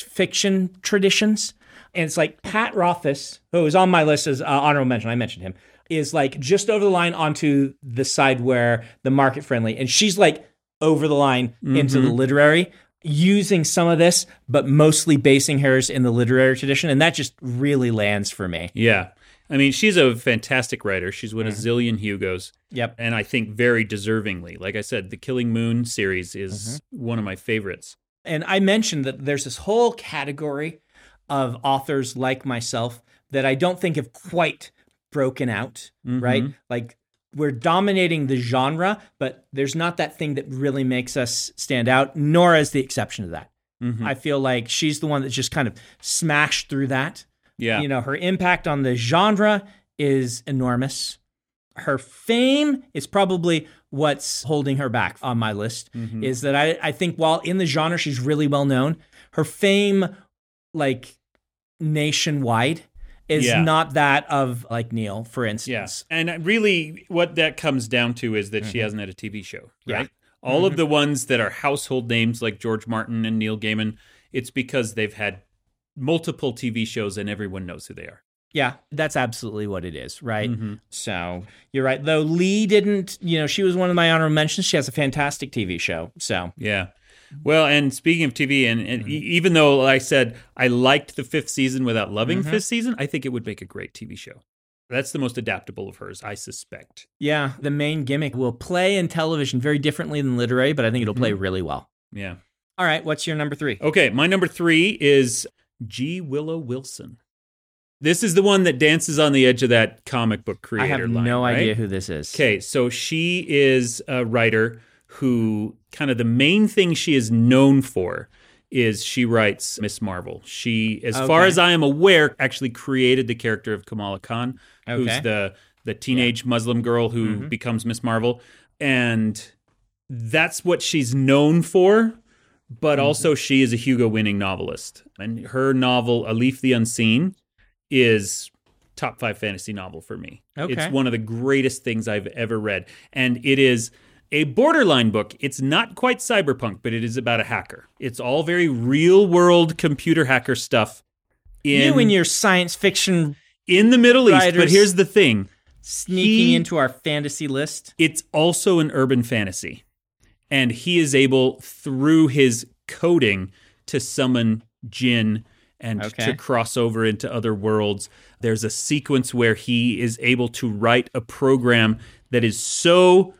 S1: fiction traditions. And it's like Pat Rothfuss, who is on my list as uh, honorable mention, I mentioned him, is like just over the line onto the side where the market friendly, and she's like over the line into the literary, using some of this, but mostly basing hers in the literary tradition. And that just really lands for me.
S2: Yeah. I mean, she's a fantastic writer. She's won a zillion Hugos.
S1: Yep.
S2: and I think very deservingly. Like I said, the Killing Moon series is
S1: Mm-hmm.
S2: one of my favorites.
S1: And I mentioned that there's this whole category of authors like myself that I don't think have quite broken out, right? Like we're dominating the genre, but there's not that thing that really makes us stand out. Nora is the exception to that. I feel like she's the one that just kind of smashed through that.
S2: Yeah.
S1: You know, her impact on the genre is enormous. Her fame is probably what's holding her back on my list.
S2: Mm-hmm.
S1: Is that I, I think while in the genre she's really well known, her fame, like nationwide, is
S2: Yeah.
S1: not that of like Neil, for instance.
S2: Yes. And uh, really, what that comes down to is that she
S1: Mm-hmm.
S2: hasn't had a TV show, right? All of the ones that are household names like George Martin and Neil Gaiman, it's because they've had multiple TV shows and everyone knows who they are.
S1: Yeah, that's absolutely what it is, right?
S2: Mm-hmm.
S1: So you're right. Though Lee didn't, you know, she was one of my honorable mentions. She has a fantastic TV show. So
S2: Yeah.
S1: Mm-hmm.
S2: Well, and speaking of TV, and, and e- even though like I said I liked the fifth season without loving
S1: Mm-hmm.
S2: fifth season, I think it would make a great TV show. That's the most adaptable of hers, I suspect.
S1: yeah, the main gimmick will play in television very differently than literary, but I think it'll
S2: Mm-hmm.
S1: play really well.
S2: Yeah.
S1: All right, what's your number three?
S2: Okay, my number three is G. Willow Wilson. This is the one that dances on the edge of that comic book creator
S1: I have
S2: line,
S1: no
S2: right?
S1: idea who this is.
S2: Okay, so she is a writer who kind of the main thing she is known for is she writes Miss Marvel. She, as far
S1: Okay.
S2: as I am aware, actually created the character of Kamala Khan, who's
S1: Okay. Mm-hmm.
S2: the the teenage Muslim girl who becomes Miss Marvel, and that's what she's known for. But
S1: Mm-hmm.
S2: also, she is a Hugo winning novelist, and her novel *A Leaf the Unseen* is top five fantasy novel for me.
S1: Okay.
S2: It's one of the greatest things I've ever read. And it is a borderline book. It's not quite cyberpunk, but it is about a hacker. It's all very real world computer hacker stuff in,
S1: you and your science fiction
S2: in the Middle East. But
S1: writers.
S2: here's the thing
S1: sneaking
S2: He-
S1: into our fantasy list.
S2: it's also an urban fantasy. And he is able, through his coding, to summon Jinn and
S1: Okay.
S2: to cross over into other worlds. There's a sequence where he is able to write a program that is so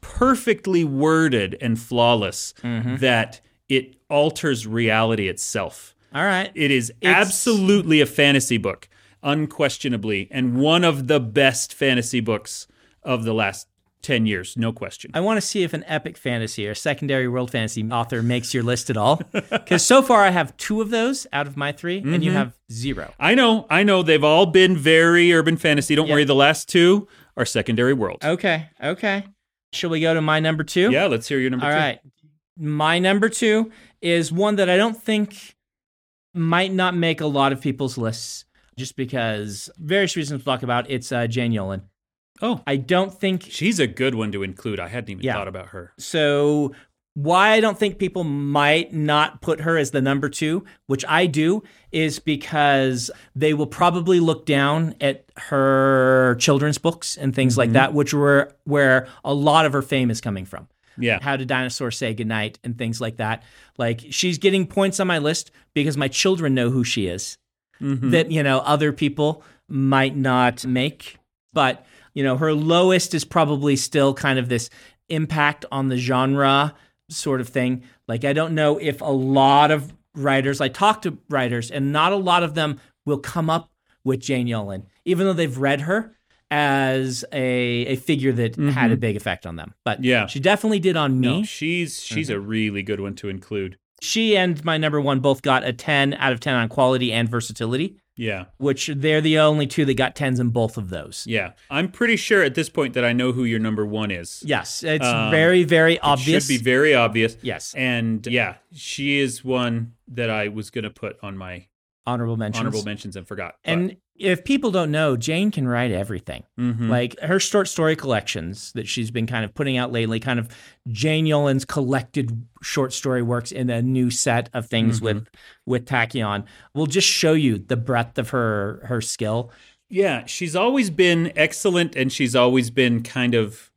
S2: perfectly worded and flawless that it alters reality itself.
S1: All right.
S2: It is
S1: It's-
S2: absolutely a fantasy book, unquestionably, and one of the best fantasy books of the last 10 years, no question.
S1: I want to see if an epic fantasy or secondary world fantasy author makes your list at all. Because so far I have two of those out of my 3 and
S2: Mm-hmm.
S1: you have zero.
S2: I know, I know, they've all been very urban fantasy. Don't worry, the last two are secondary world.
S1: Okay. Okay. Shall we go to my number two?
S2: Yeah, let's hear your number
S1: All
S2: two.
S1: right. My number two is one that I don't think might not make a lot of people's lists just because various reasons to talk about. It's uh, Jane Yolen.
S2: Oh,
S1: I don't think
S2: she's a good one to include. I hadn't even
S1: Yeah.
S2: thought about her.
S1: so. why I don't think people might not put her as the number two, which I do, is because they will probably look down at her children's books and things like that, which were where a lot of her fame is coming from.
S2: Yeah.
S1: How to dinosaurs say goodnight and things like that. Like she's getting points on my list because my children know who she is
S2: Mm-hmm.
S1: that, you know, other people might not make. But, you know, her lowest is probably still kind of this impact on the genre sort of thing. Like I don't know if a lot of writers I talk to writers and not a lot of them will come up with Jane Yolen, even though they've read her as a a figure that had a big effect on them. But
S2: Mm-hmm. Yeah.
S1: she definitely did on me. Mm-hmm.
S2: No, she's she's a really good one to include.
S1: She and my number one both got a 10 out of 10 on quality and versatility,
S2: Yeah.
S1: which they're the only two that got 10s in both of those.
S2: Yeah. I'm pretty sure at this point that I know who your number one is.
S1: Yes, it's
S2: Um,
S1: very, very obvious.
S2: Should be very obvious.
S1: yes,
S2: And yeah, she is one that I was gonna put on my
S1: honorable mentions.
S2: honorable mentions and forgot. but-
S1: And if people don't know, Jane can write everything.
S2: Mhm.
S1: Like her short story collections that she's been kind of putting out lately, kind of Jane Yolen's collected short story works in a new set of things
S2: Mm-hmm.
S1: with with Tachyon will just show you the breadth of her her skill.
S2: yeah, she's always been excellent and she's always been kind of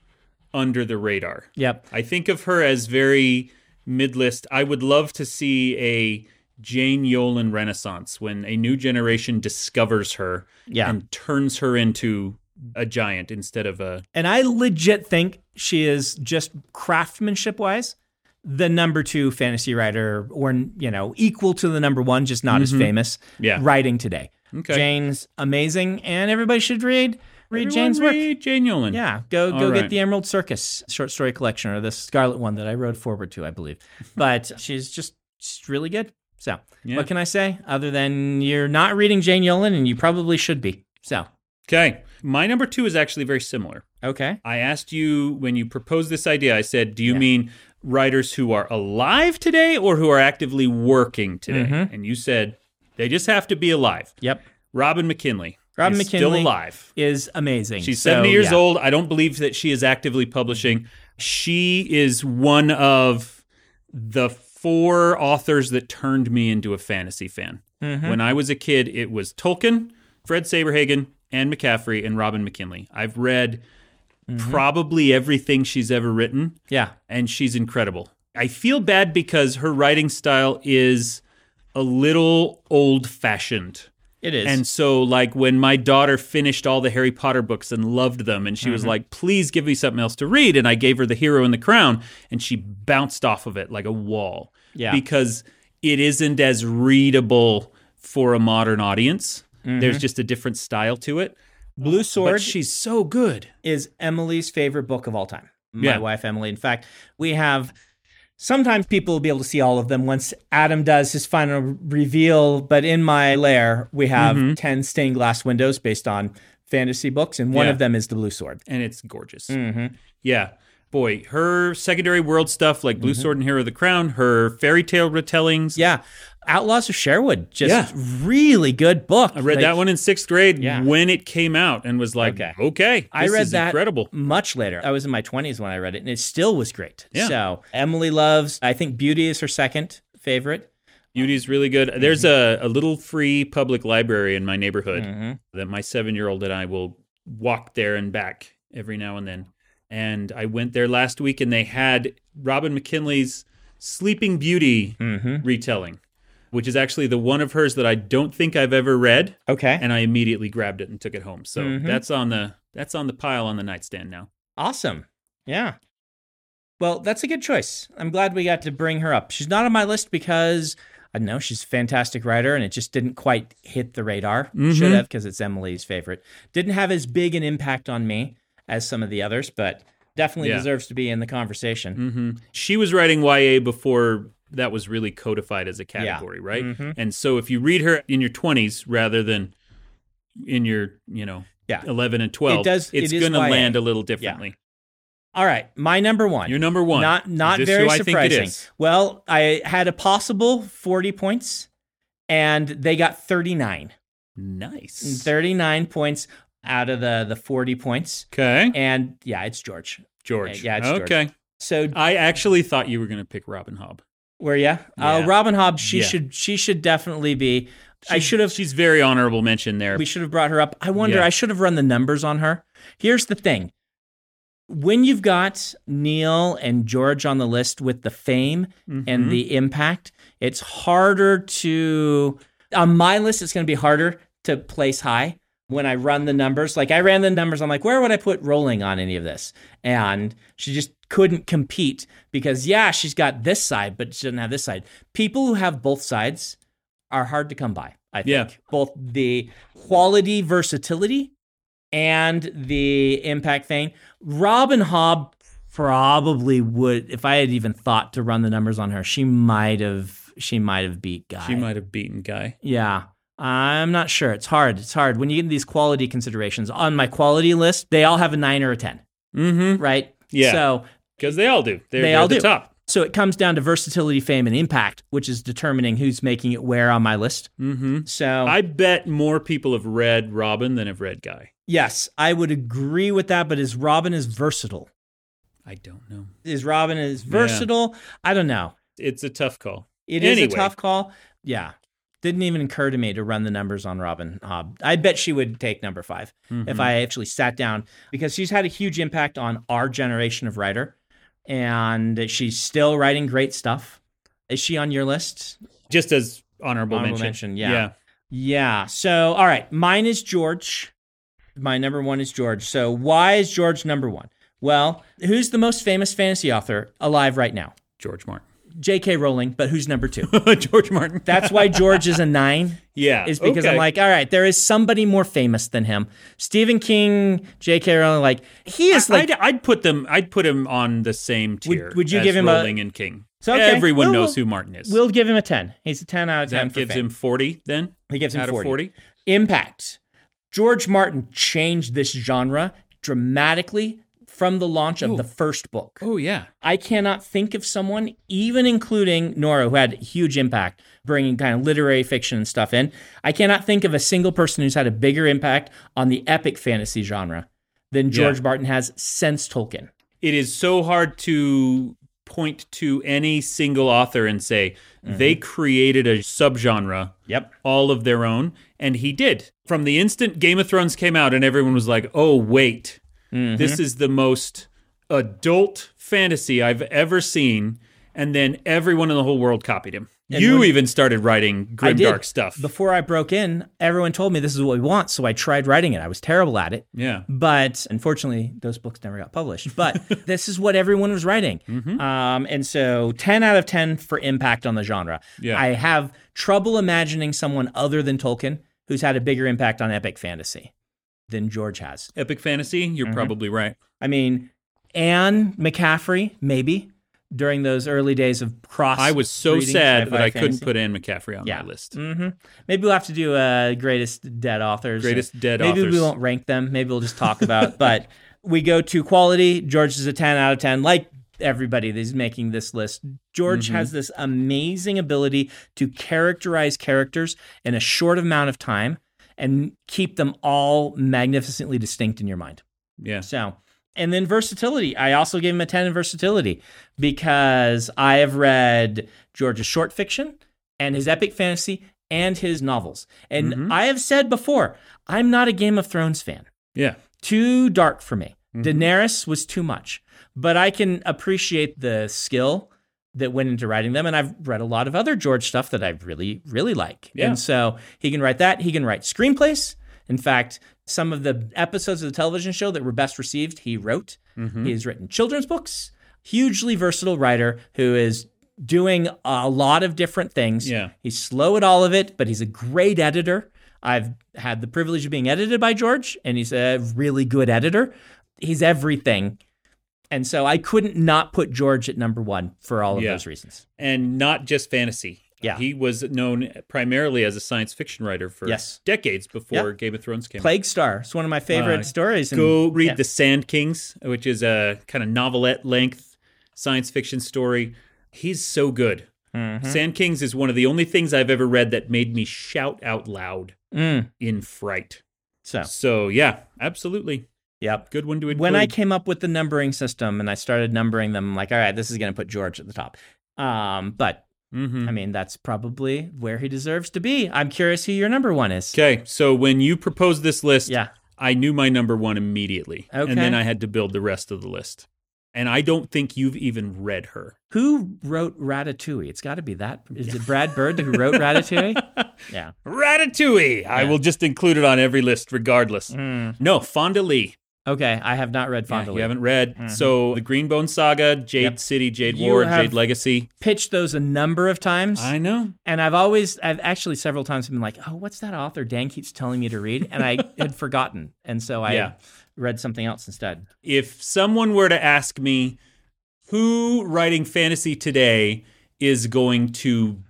S2: under the radar.
S1: Yep.
S2: I think of her as very mid list. I would love to see a Jane Yolen renaissance when a new generation discovers her
S1: Yeah.
S2: and turns her into a giant instead of a
S1: And I legit think she is just craftsmanship wise the number two fantasy writer or you know equal to the number one just not as famous
S2: Mm-hmm. Yeah.
S1: writing today
S2: Okay.
S1: jane's amazing and everybody should read read
S2: Everyone
S1: jane's work
S2: read Jane Yolen.
S1: Yeah, go
S2: All
S1: go
S2: right.
S1: get the Emerald Circus short story collection or the Scarlet one that I rode forward to, I believe. But she's just she's really good. So
S2: Yeah.
S1: what can I say other than you're not reading Jane Yolen and you probably should be. So
S2: Okay. My number two is actually very similar.
S1: okay,
S2: I asked you when you proposed this idea, I said, do you mean writers who are alive today or who are actively working today?
S1: Mm-hmm.
S2: And you said, they just have to be alive.
S1: yep,
S2: Robin McKinley.
S1: Robin
S2: is Still
S1: McKinley.
S2: alive.
S1: is amazing.
S2: She's
S1: So,
S2: 70 years
S1: yeah.
S2: old. I don't believe that she is actively publishing. She is one of the four authors that turned me into a fantasy fan.
S1: Mm-hmm.
S2: When I was a kid, it was Tolkien, Fred Saberhagen, Anne McCaffrey, and Robin McKinley. I've read
S1: Mm-hmm.
S2: probably everything she's ever written
S1: Yeah,
S2: and she's incredible. I feel bad because her writing style is a little old fashioned.
S1: it is.
S2: And so, like, when my daughter finished all the Harry Potter books and loved them, and she was like, please give me something else to read. And I gave her The Hero and the Crown, and she bounced off of it like a wall.
S1: Yeah.
S2: Because it isn't as readable for a modern audience, there's just a different style to it.
S1: Blue
S2: But
S1: Sword
S2: she's so good.
S1: is Emily's favorite book of all time. My
S2: Yeah.
S1: wife Emily. In fact, we have sometimes people will be able to see all of them once Adam does his final reveal. But in my lair, we have
S2: Mm-hmm.
S1: 10 stained glass windows based on fantasy books, and one
S2: Yeah.
S1: of them is the Blue Sword.
S2: and it's gorgeous. Yeah. Boy, her secondary world stuff like Blue Sword and Hero of the Crown, her fairy tale retellings.
S1: Yeah. Outlaws of Sherwood, just
S2: Yeah.
S1: really good book.
S2: I read that one in sixth grade
S1: Yeah.
S2: when it came out and was like, okay,
S1: Okay.
S2: this
S1: I read
S2: is
S1: that
S2: incredible.
S1: much later. I was in my 20s when I read it, and it still was great.
S2: Yeah.
S1: So, Emily loves, I think Beauty is her second favorite.
S2: Beauty's really good.
S1: Mm-hmm.
S2: There's a, a little free public library in my neighborhood
S1: Mm-hmm.
S2: that my seven year old and I will walk there and back every now and then. And I went there last week and they had Robin McKinley's Sleeping Beauty
S1: Mm-hmm.
S2: retelling, which is actually the one of hers that I don't think I've ever read.
S1: Okay.
S2: and I immediately grabbed it and took it home. So
S1: Mm-hmm.
S2: that's on the that's on the pile on the nightstand now.
S1: Awesome. Yeah. Well, that's a good choice. I'm glad we got to bring her up. She's not on my list because I don't know she's a fantastic writer and it just didn't quite hit the radar.
S2: Mm-hmm.
S1: Should have because it's Emily's favorite. Didn't have as big an impact on me as some of the others, but definitely
S2: Yeah.
S1: deserves to be in the conversation.
S2: hmm She was writing YA before that was really codified as a category, right?
S1: Mhm.
S2: And so if you read her in your twenties rather than in your you know
S1: Yeah.
S2: eleven and twelve,
S1: It does-
S2: it's
S1: it is
S2: going to
S1: YA.
S2: land a little differently.
S1: All right, my number one.
S2: Your number one,
S1: Not not
S2: This
S1: very
S2: who I think it
S1: surprising.
S2: is.
S1: Well, I had a possible 40 points and they got 39.
S2: Nice.
S1: 39 points out of the the 40 points.
S2: Okay,
S1: And yeah, it's George.
S2: George.
S1: Yeah, it's George.
S2: okay.
S1: So
S2: I actually thought you were going to pick Robin Hobb.
S1: where yeah, Uh,
S2: Yeah.
S1: Robin Hobb. She
S2: Yeah.
S1: should she should definitely be. I
S2: She's-
S1: should have.
S2: She's very honorable mention there.
S1: We should have brought her up. I wonder.
S2: Yeah.
S1: I should have run the numbers on her. Here's the thing: when you've got Neil and George on the list with the fame
S2: Mm-hmm.
S1: and the impact, it's harder to. On my list, it's going to be harder to place high when I run the numbers. Like I ran the numbers, I'm like, where would I put Rolling on any of this? And she just couldn't compete because yeah, she's got this side, but she doesn't have this side. People who have both sides are hard to come by. I think
S2: Yeah.
S1: both the quality versatility and the impact thing. Robin Hobb probably would if I had even thought to run the numbers on her, she might have she might have beat Guy.
S2: she might have beaten Guy.
S1: Yeah. I'm not sure. It's hard. It's hard. When you get into these quality considerations on my quality list, they all have a nine or a ten,
S2: Mm-hmm.
S1: right?
S2: Yeah.
S1: So
S2: Because they all do. They're,
S1: They
S2: they are
S1: all
S2: all the
S1: do.
S2: top.
S1: so it comes down to versatility, fame, and impact, which is determining who's making it where on my list.
S2: Mm-hmm.
S1: So
S2: I bet more people have read Robin than have read Guy.
S1: yes, I would agree with that. But is Robin is versatile?
S2: I don't know.
S1: Is Robin is versatile? I don't know.
S2: It's a tough call.
S1: It is
S2: Anyway.
S1: a tough call. Yeah. Didn't even occur to me to run the numbers on Robin Hobb. I bet she would take number 5 if I actually sat down because she's had a huge impact on our generation of writer and she's still writing great stuff. Is she on your list?
S2: Just as honorable,
S1: Honorable
S2: mention.
S1: mention, yeah. Yeah. So, all right. Mine is George. My number one is George. So, why is George number one? Well, who's the most famous fantasy author alive right now?
S2: George Martin.
S1: J.K. Rowling, but who's number two?
S2: George Martin.
S1: That's why George is a nine.
S2: yeah.
S1: is because I'm
S2: okay.
S1: like, all right, there is somebody more famous than him. Stephen King, J.K. Rowling, like he is like
S2: I'd, I'd put them. I'd put him on the same tier.
S1: would you
S2: as
S1: give him a-
S2: Rowling and King?
S1: So, okay.
S2: everyone
S1: We'll-
S2: knows
S1: we'll-
S2: who Martin is.
S1: we'll give him a ten. He's a ten out of ten
S2: that
S1: for
S2: gives
S1: fame.
S2: him forty. Then
S1: he gives him
S2: out of
S1: 40.
S2: 40?
S1: Impact. George Martin changed this genre dramatically from the launch of the first book.
S2: Oh yeah.
S1: I cannot think of someone, even including Nora, who had huge impact bringing kind of literary fiction and stuff in. I cannot think of a single person who's had a bigger impact on the epic fantasy genre than George Martin has since Tolkien.
S2: It is so hard to point to any single author and say
S1: Mm-hmm.
S2: they created a subgenre
S1: Yep.
S2: all of their own, and he did. From the instant Game of Thrones came out, and everyone was like, "Oh wait,
S1: Mm-hmm.
S2: this is the most adult fantasy I've ever seen." And then everyone in the whole world copied him. you even started writing
S1: I did.
S2: grimdark stuff.
S1: Before I broke in, everyone told me this is what we want, so I tried writing it. I was terrible at it.
S2: yeah.
S1: But unfortunately, those books never got published. But this is what everyone was writing.
S2: Mm-hmm.
S1: Um, and so 10 out of 10 for impact on the genre.
S2: Yeah.
S1: I have trouble imagining someone other than Tolkien who's had a bigger impact on epic fantasy than George has.
S2: Epic fantasy,
S1: Mm-hmm.
S2: you're probably right.
S1: I mean, Anne McCaffrey, maybe during those early days of cross.
S2: I was so
S1: reading
S2: sad
S1: sci-fi
S2: that I
S1: fantasy.
S2: couldn't put Anne McCaffrey on
S1: Yeah.
S2: my list.
S1: hmm Maybe we'll have to do uh, greatest dead authors.
S2: Greatest dead
S1: Maybe we
S2: authors.
S1: won't rank them. Maybe we'll just talk about. but we go to quality. George is a ten out of ten. Like everybody that's making this list, George
S2: Mm-hmm.
S1: has this amazing ability to characterize characters in a short amount of time and keep them all magnificently distinct in your mind.
S2: Yeah.
S1: So, and then versatility. I also gave him a 10 in versatility because I have read George's short fiction and his epic fantasy and his novels. And I have said before, I'm not a Game of Thrones fan.
S2: Yeah.
S1: Too dark for me. Daenerys was too much, but I can appreciate the skill that went into writing them. And I've read a lot of other George stuff that I really, really like.
S2: Yeah.
S1: And so he can write that. He can write screenplays. In fact, some of the episodes of the television show that were best received, he wrote. He has written children's books. Hugely versatile writer who is doing a lot of different things.
S2: Yeah.
S1: He's slow at all of it, but he's a great editor. I've had the privilege of being edited by George, and he's a really good editor. He's everything. And so I couldn't not put George at number one for all of
S2: Yeah.
S1: those reasons.
S2: and not just fantasy.
S1: Yeah.
S2: He was known primarily as a science fiction writer for
S1: Yes.
S2: decades before
S1: Yeah.
S2: Game of Thrones came
S1: Plague Star is one of my favorite
S2: Uh,
S1: stories.
S2: out.
S1: and-
S2: Go read
S1: yeah.
S2: The Sand Kings, which is a kind of novelette length science fiction story. He's so good.
S1: Mm-hmm.
S2: Sand Kings is one of the only things I've ever read that made me shout out loud
S1: Mm,
S2: in fright.
S1: so
S2: So, yeah, absolutely.
S1: Yep.
S2: Good one to include.
S1: When I came up with the numbering system and I started numbering them, I'm like, all right, this is going to put George at the top. Um, but
S2: Mhm.
S1: I mean, that's probably where he deserves to be. I'm curious who your number one is.
S2: Okay, so when you proposed this list,
S1: Yeah.
S2: I knew my number one immediately,
S1: Okay.
S2: and then I had to build the rest of the list. And I don't think you've even read her.
S1: Who wrote Ratatouille? It's got to be that. Is it Brad Bird who wrote Ratatouille? yeah.
S2: Ratatouille. I
S1: Yeah.
S2: will just include it on every list, regardless.
S1: Mm.
S2: No, Fond du Lis.
S1: Okay, I have not read
S2: Yeah,
S1: Fondly. Mm-hmm.
S2: you haven't read. So the Greenbone Saga, Jade
S1: Yep.
S2: City, Jade
S1: You
S2: Ward,
S1: have-
S2: Jade Legacy.
S1: Pitched those a number of times.
S2: I know.
S1: And I've always, I've actually several times been like, oh, what's that author Dan keeps telling me to read? And I had forgotten. And so I
S2: Yeah.
S1: read something else instead.
S2: If someone were to ask me who writing fantasy today is going to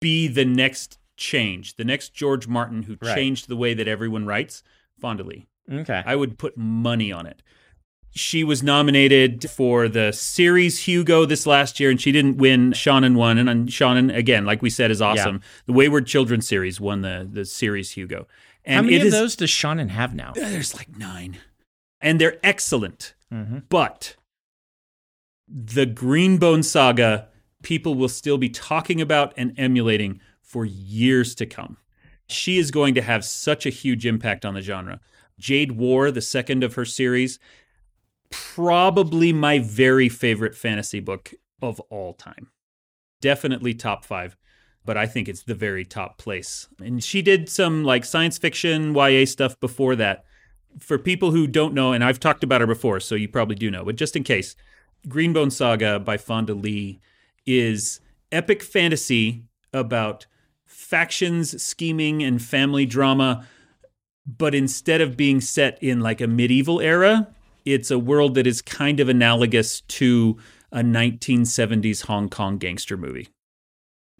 S2: be the next change, the next George Martin who
S1: Right.
S2: changed the way that everyone writes, Fonda Lee.
S1: Okay.
S2: I would put money on it. She was nominated for the series Hugo this last year, and she didn't win. Shannon won, and, and Shannon again, like we said, is awesome. The Wayward Children series won the the series Hugo, and
S1: How many
S2: it
S1: of
S2: is-
S1: those does Shannon have now?
S2: There's like nine, and they're excellent.
S1: Mm-hmm.
S2: But the Greenbone Saga, people will still be talking about and emulating for years to come. She is going to have such a huge impact on the genre. Jade War, the second of her series, probably my very favorite fantasy book of all time. Definitely top five, but I think it's the very top place. And she did some like science fiction, YA stuff before that for people who don't know, and I've talked about her before, so you probably do know, but just in case, Greenbone Saga by Fonda Lee is epic fantasy about factions, scheming, and family drama. But instead of being set in like a medieval era, it's a world that is kind of analogous to a 1970s Hong Kong gangster movie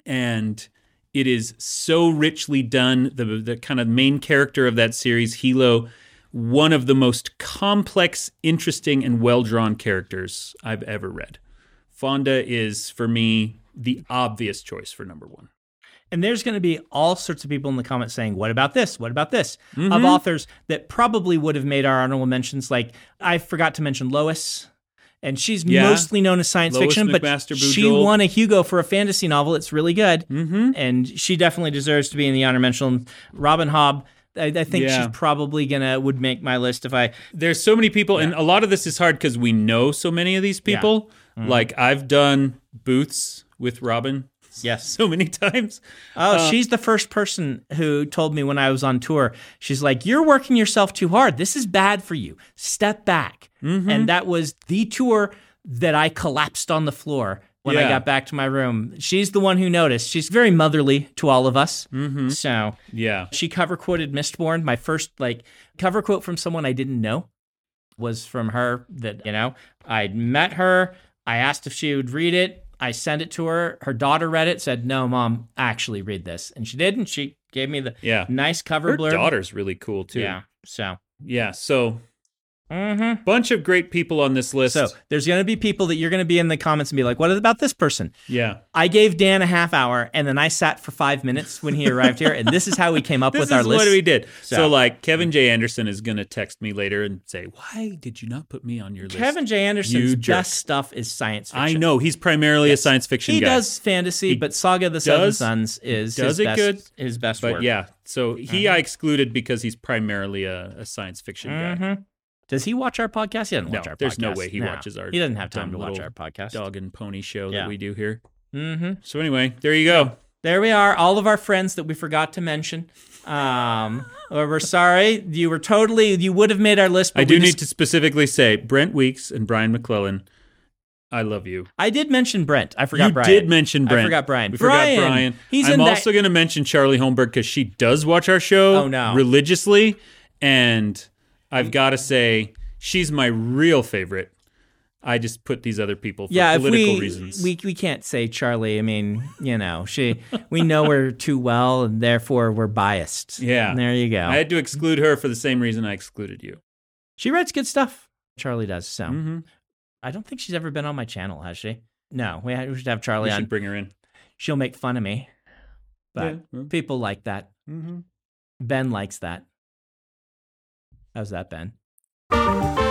S2: and it is so richly done. The the kind of main character of that series, Hilo, one of the most complex, interesting, and well drawn characters I've ever read. Fonda is for me the obvious choice for number one.
S1: And there's going to be all sorts of people in the comments saying, "What about this? What about this?"
S2: Mm-hmm.
S1: of authors that probably would have made our honorable mentions. Like I forgot to mention Lois, and she's
S2: Yeah.
S1: mostly known as science
S2: Lois
S1: fiction,
S2: McMaster
S1: but she
S2: Boudreaux.
S1: won a Hugo for a fantasy novel. It's really good,
S2: Mm-hmm.
S1: and she definitely deserves to be in the honor mention. Robin Hobb, I, I think
S2: Yeah.
S1: she's probably gonna would make my list if I.
S2: There's so many people, and a lot of this is hard because we know so many of these people. Like I've done booths with Robin
S1: Yes.
S2: so many times.
S1: Oh, she's the first person who told me when I was on tour. She's like, "You're working yourself too hard. This is bad for you. Step back." And that was the tour that I collapsed on the floor when I
S2: Yeah.
S1: got back to my room. She's the one who noticed. She's very motherly to all of us. Mm-hmm. So
S2: Yeah.
S1: she cover quoted Mistborn. My first like cover quote from someone I didn't know was from her that, you know, I'd met her. I asked if she would read it. I sent it to her. Her daughter read it, said, No, mom, actually read this. And she did. And she gave me the
S2: Yeah.
S1: nice cover
S2: Her
S1: blurb.
S2: daughter's really cool too.
S1: Yeah. So,
S2: Yeah. So
S1: hmm
S2: bunch of great people on this list.
S1: so there's going to be people that you're going to be in the comments and be like, What about this person?
S2: yeah,
S1: I gave Dan a half hour and then I sat for five minutes when he arrived here. And this is how we came up
S2: this
S1: with our
S2: is
S1: list.
S2: what we did. So,
S1: So-
S2: like Kevin J. Anderson is gonna text me later and say, "Why did you not put me on your list?"
S1: Kevin J. Anderson's
S2: You jerk.
S1: best stuff is science fiction.
S2: I know he's primarily a science fiction
S1: He
S2: guy.
S1: does fantasy,
S2: He
S1: but Saga of the Seven
S2: does-
S1: Sons is
S2: does
S1: his
S2: it
S1: best,
S2: good,
S1: his best
S2: but
S1: work. Mm-hmm.
S2: yeah. So he I excluded because he's primarily a, a science fiction guy.
S1: Mhm. Does he watch our podcast? He doesn't
S2: No,
S1: watch our podcast.
S2: there's no way he watches our
S1: He doesn't have time
S2: dumb
S1: to watch
S2: little
S1: our podcast.
S2: Dog and pony show
S1: Yeah.
S2: that we do here.
S1: hmm
S2: So anyway, there you go.
S1: There we are. All of our friends that we forgot to mention. Um, or we're sorry. You were totally. You would have made our list. But
S2: I do
S1: we
S2: need
S1: just-
S2: to specifically say Brent Weeks and Brian McClellan. I love you.
S1: I did mention Brent. I forgot.
S2: you
S1: Brian.
S2: did mention
S1: I
S2: Brian.
S1: forgot Brian.
S2: We
S1: Brian!
S2: forgot Brian.
S1: He's
S2: I'm
S1: in that-
S2: also going to mention Charlie Holmberg because she does watch our show
S1: Oh, no.
S2: religiously, and I've got to say she's my real favorite. I just put these other people for
S1: yeah, if
S2: political
S1: we,
S2: reasons.
S1: We we can't say Charlie. I mean, you know, she. We know her too well, and therefore we're biased.
S2: Yeah.
S1: There you go.
S2: I had to exclude her for the same reason I excluded you.
S1: She writes good stuff. Charlie does. So
S2: Mm-hmm.
S1: I don't think she's ever been on my channel, has she? No, we, we should have
S2: We
S1: Charlie on.
S2: should bring her in.
S1: She'll make fun of me. But
S2: Yeah.
S1: people like that.
S2: Mhm.
S1: Ben likes that. How's that, Ben? Bye.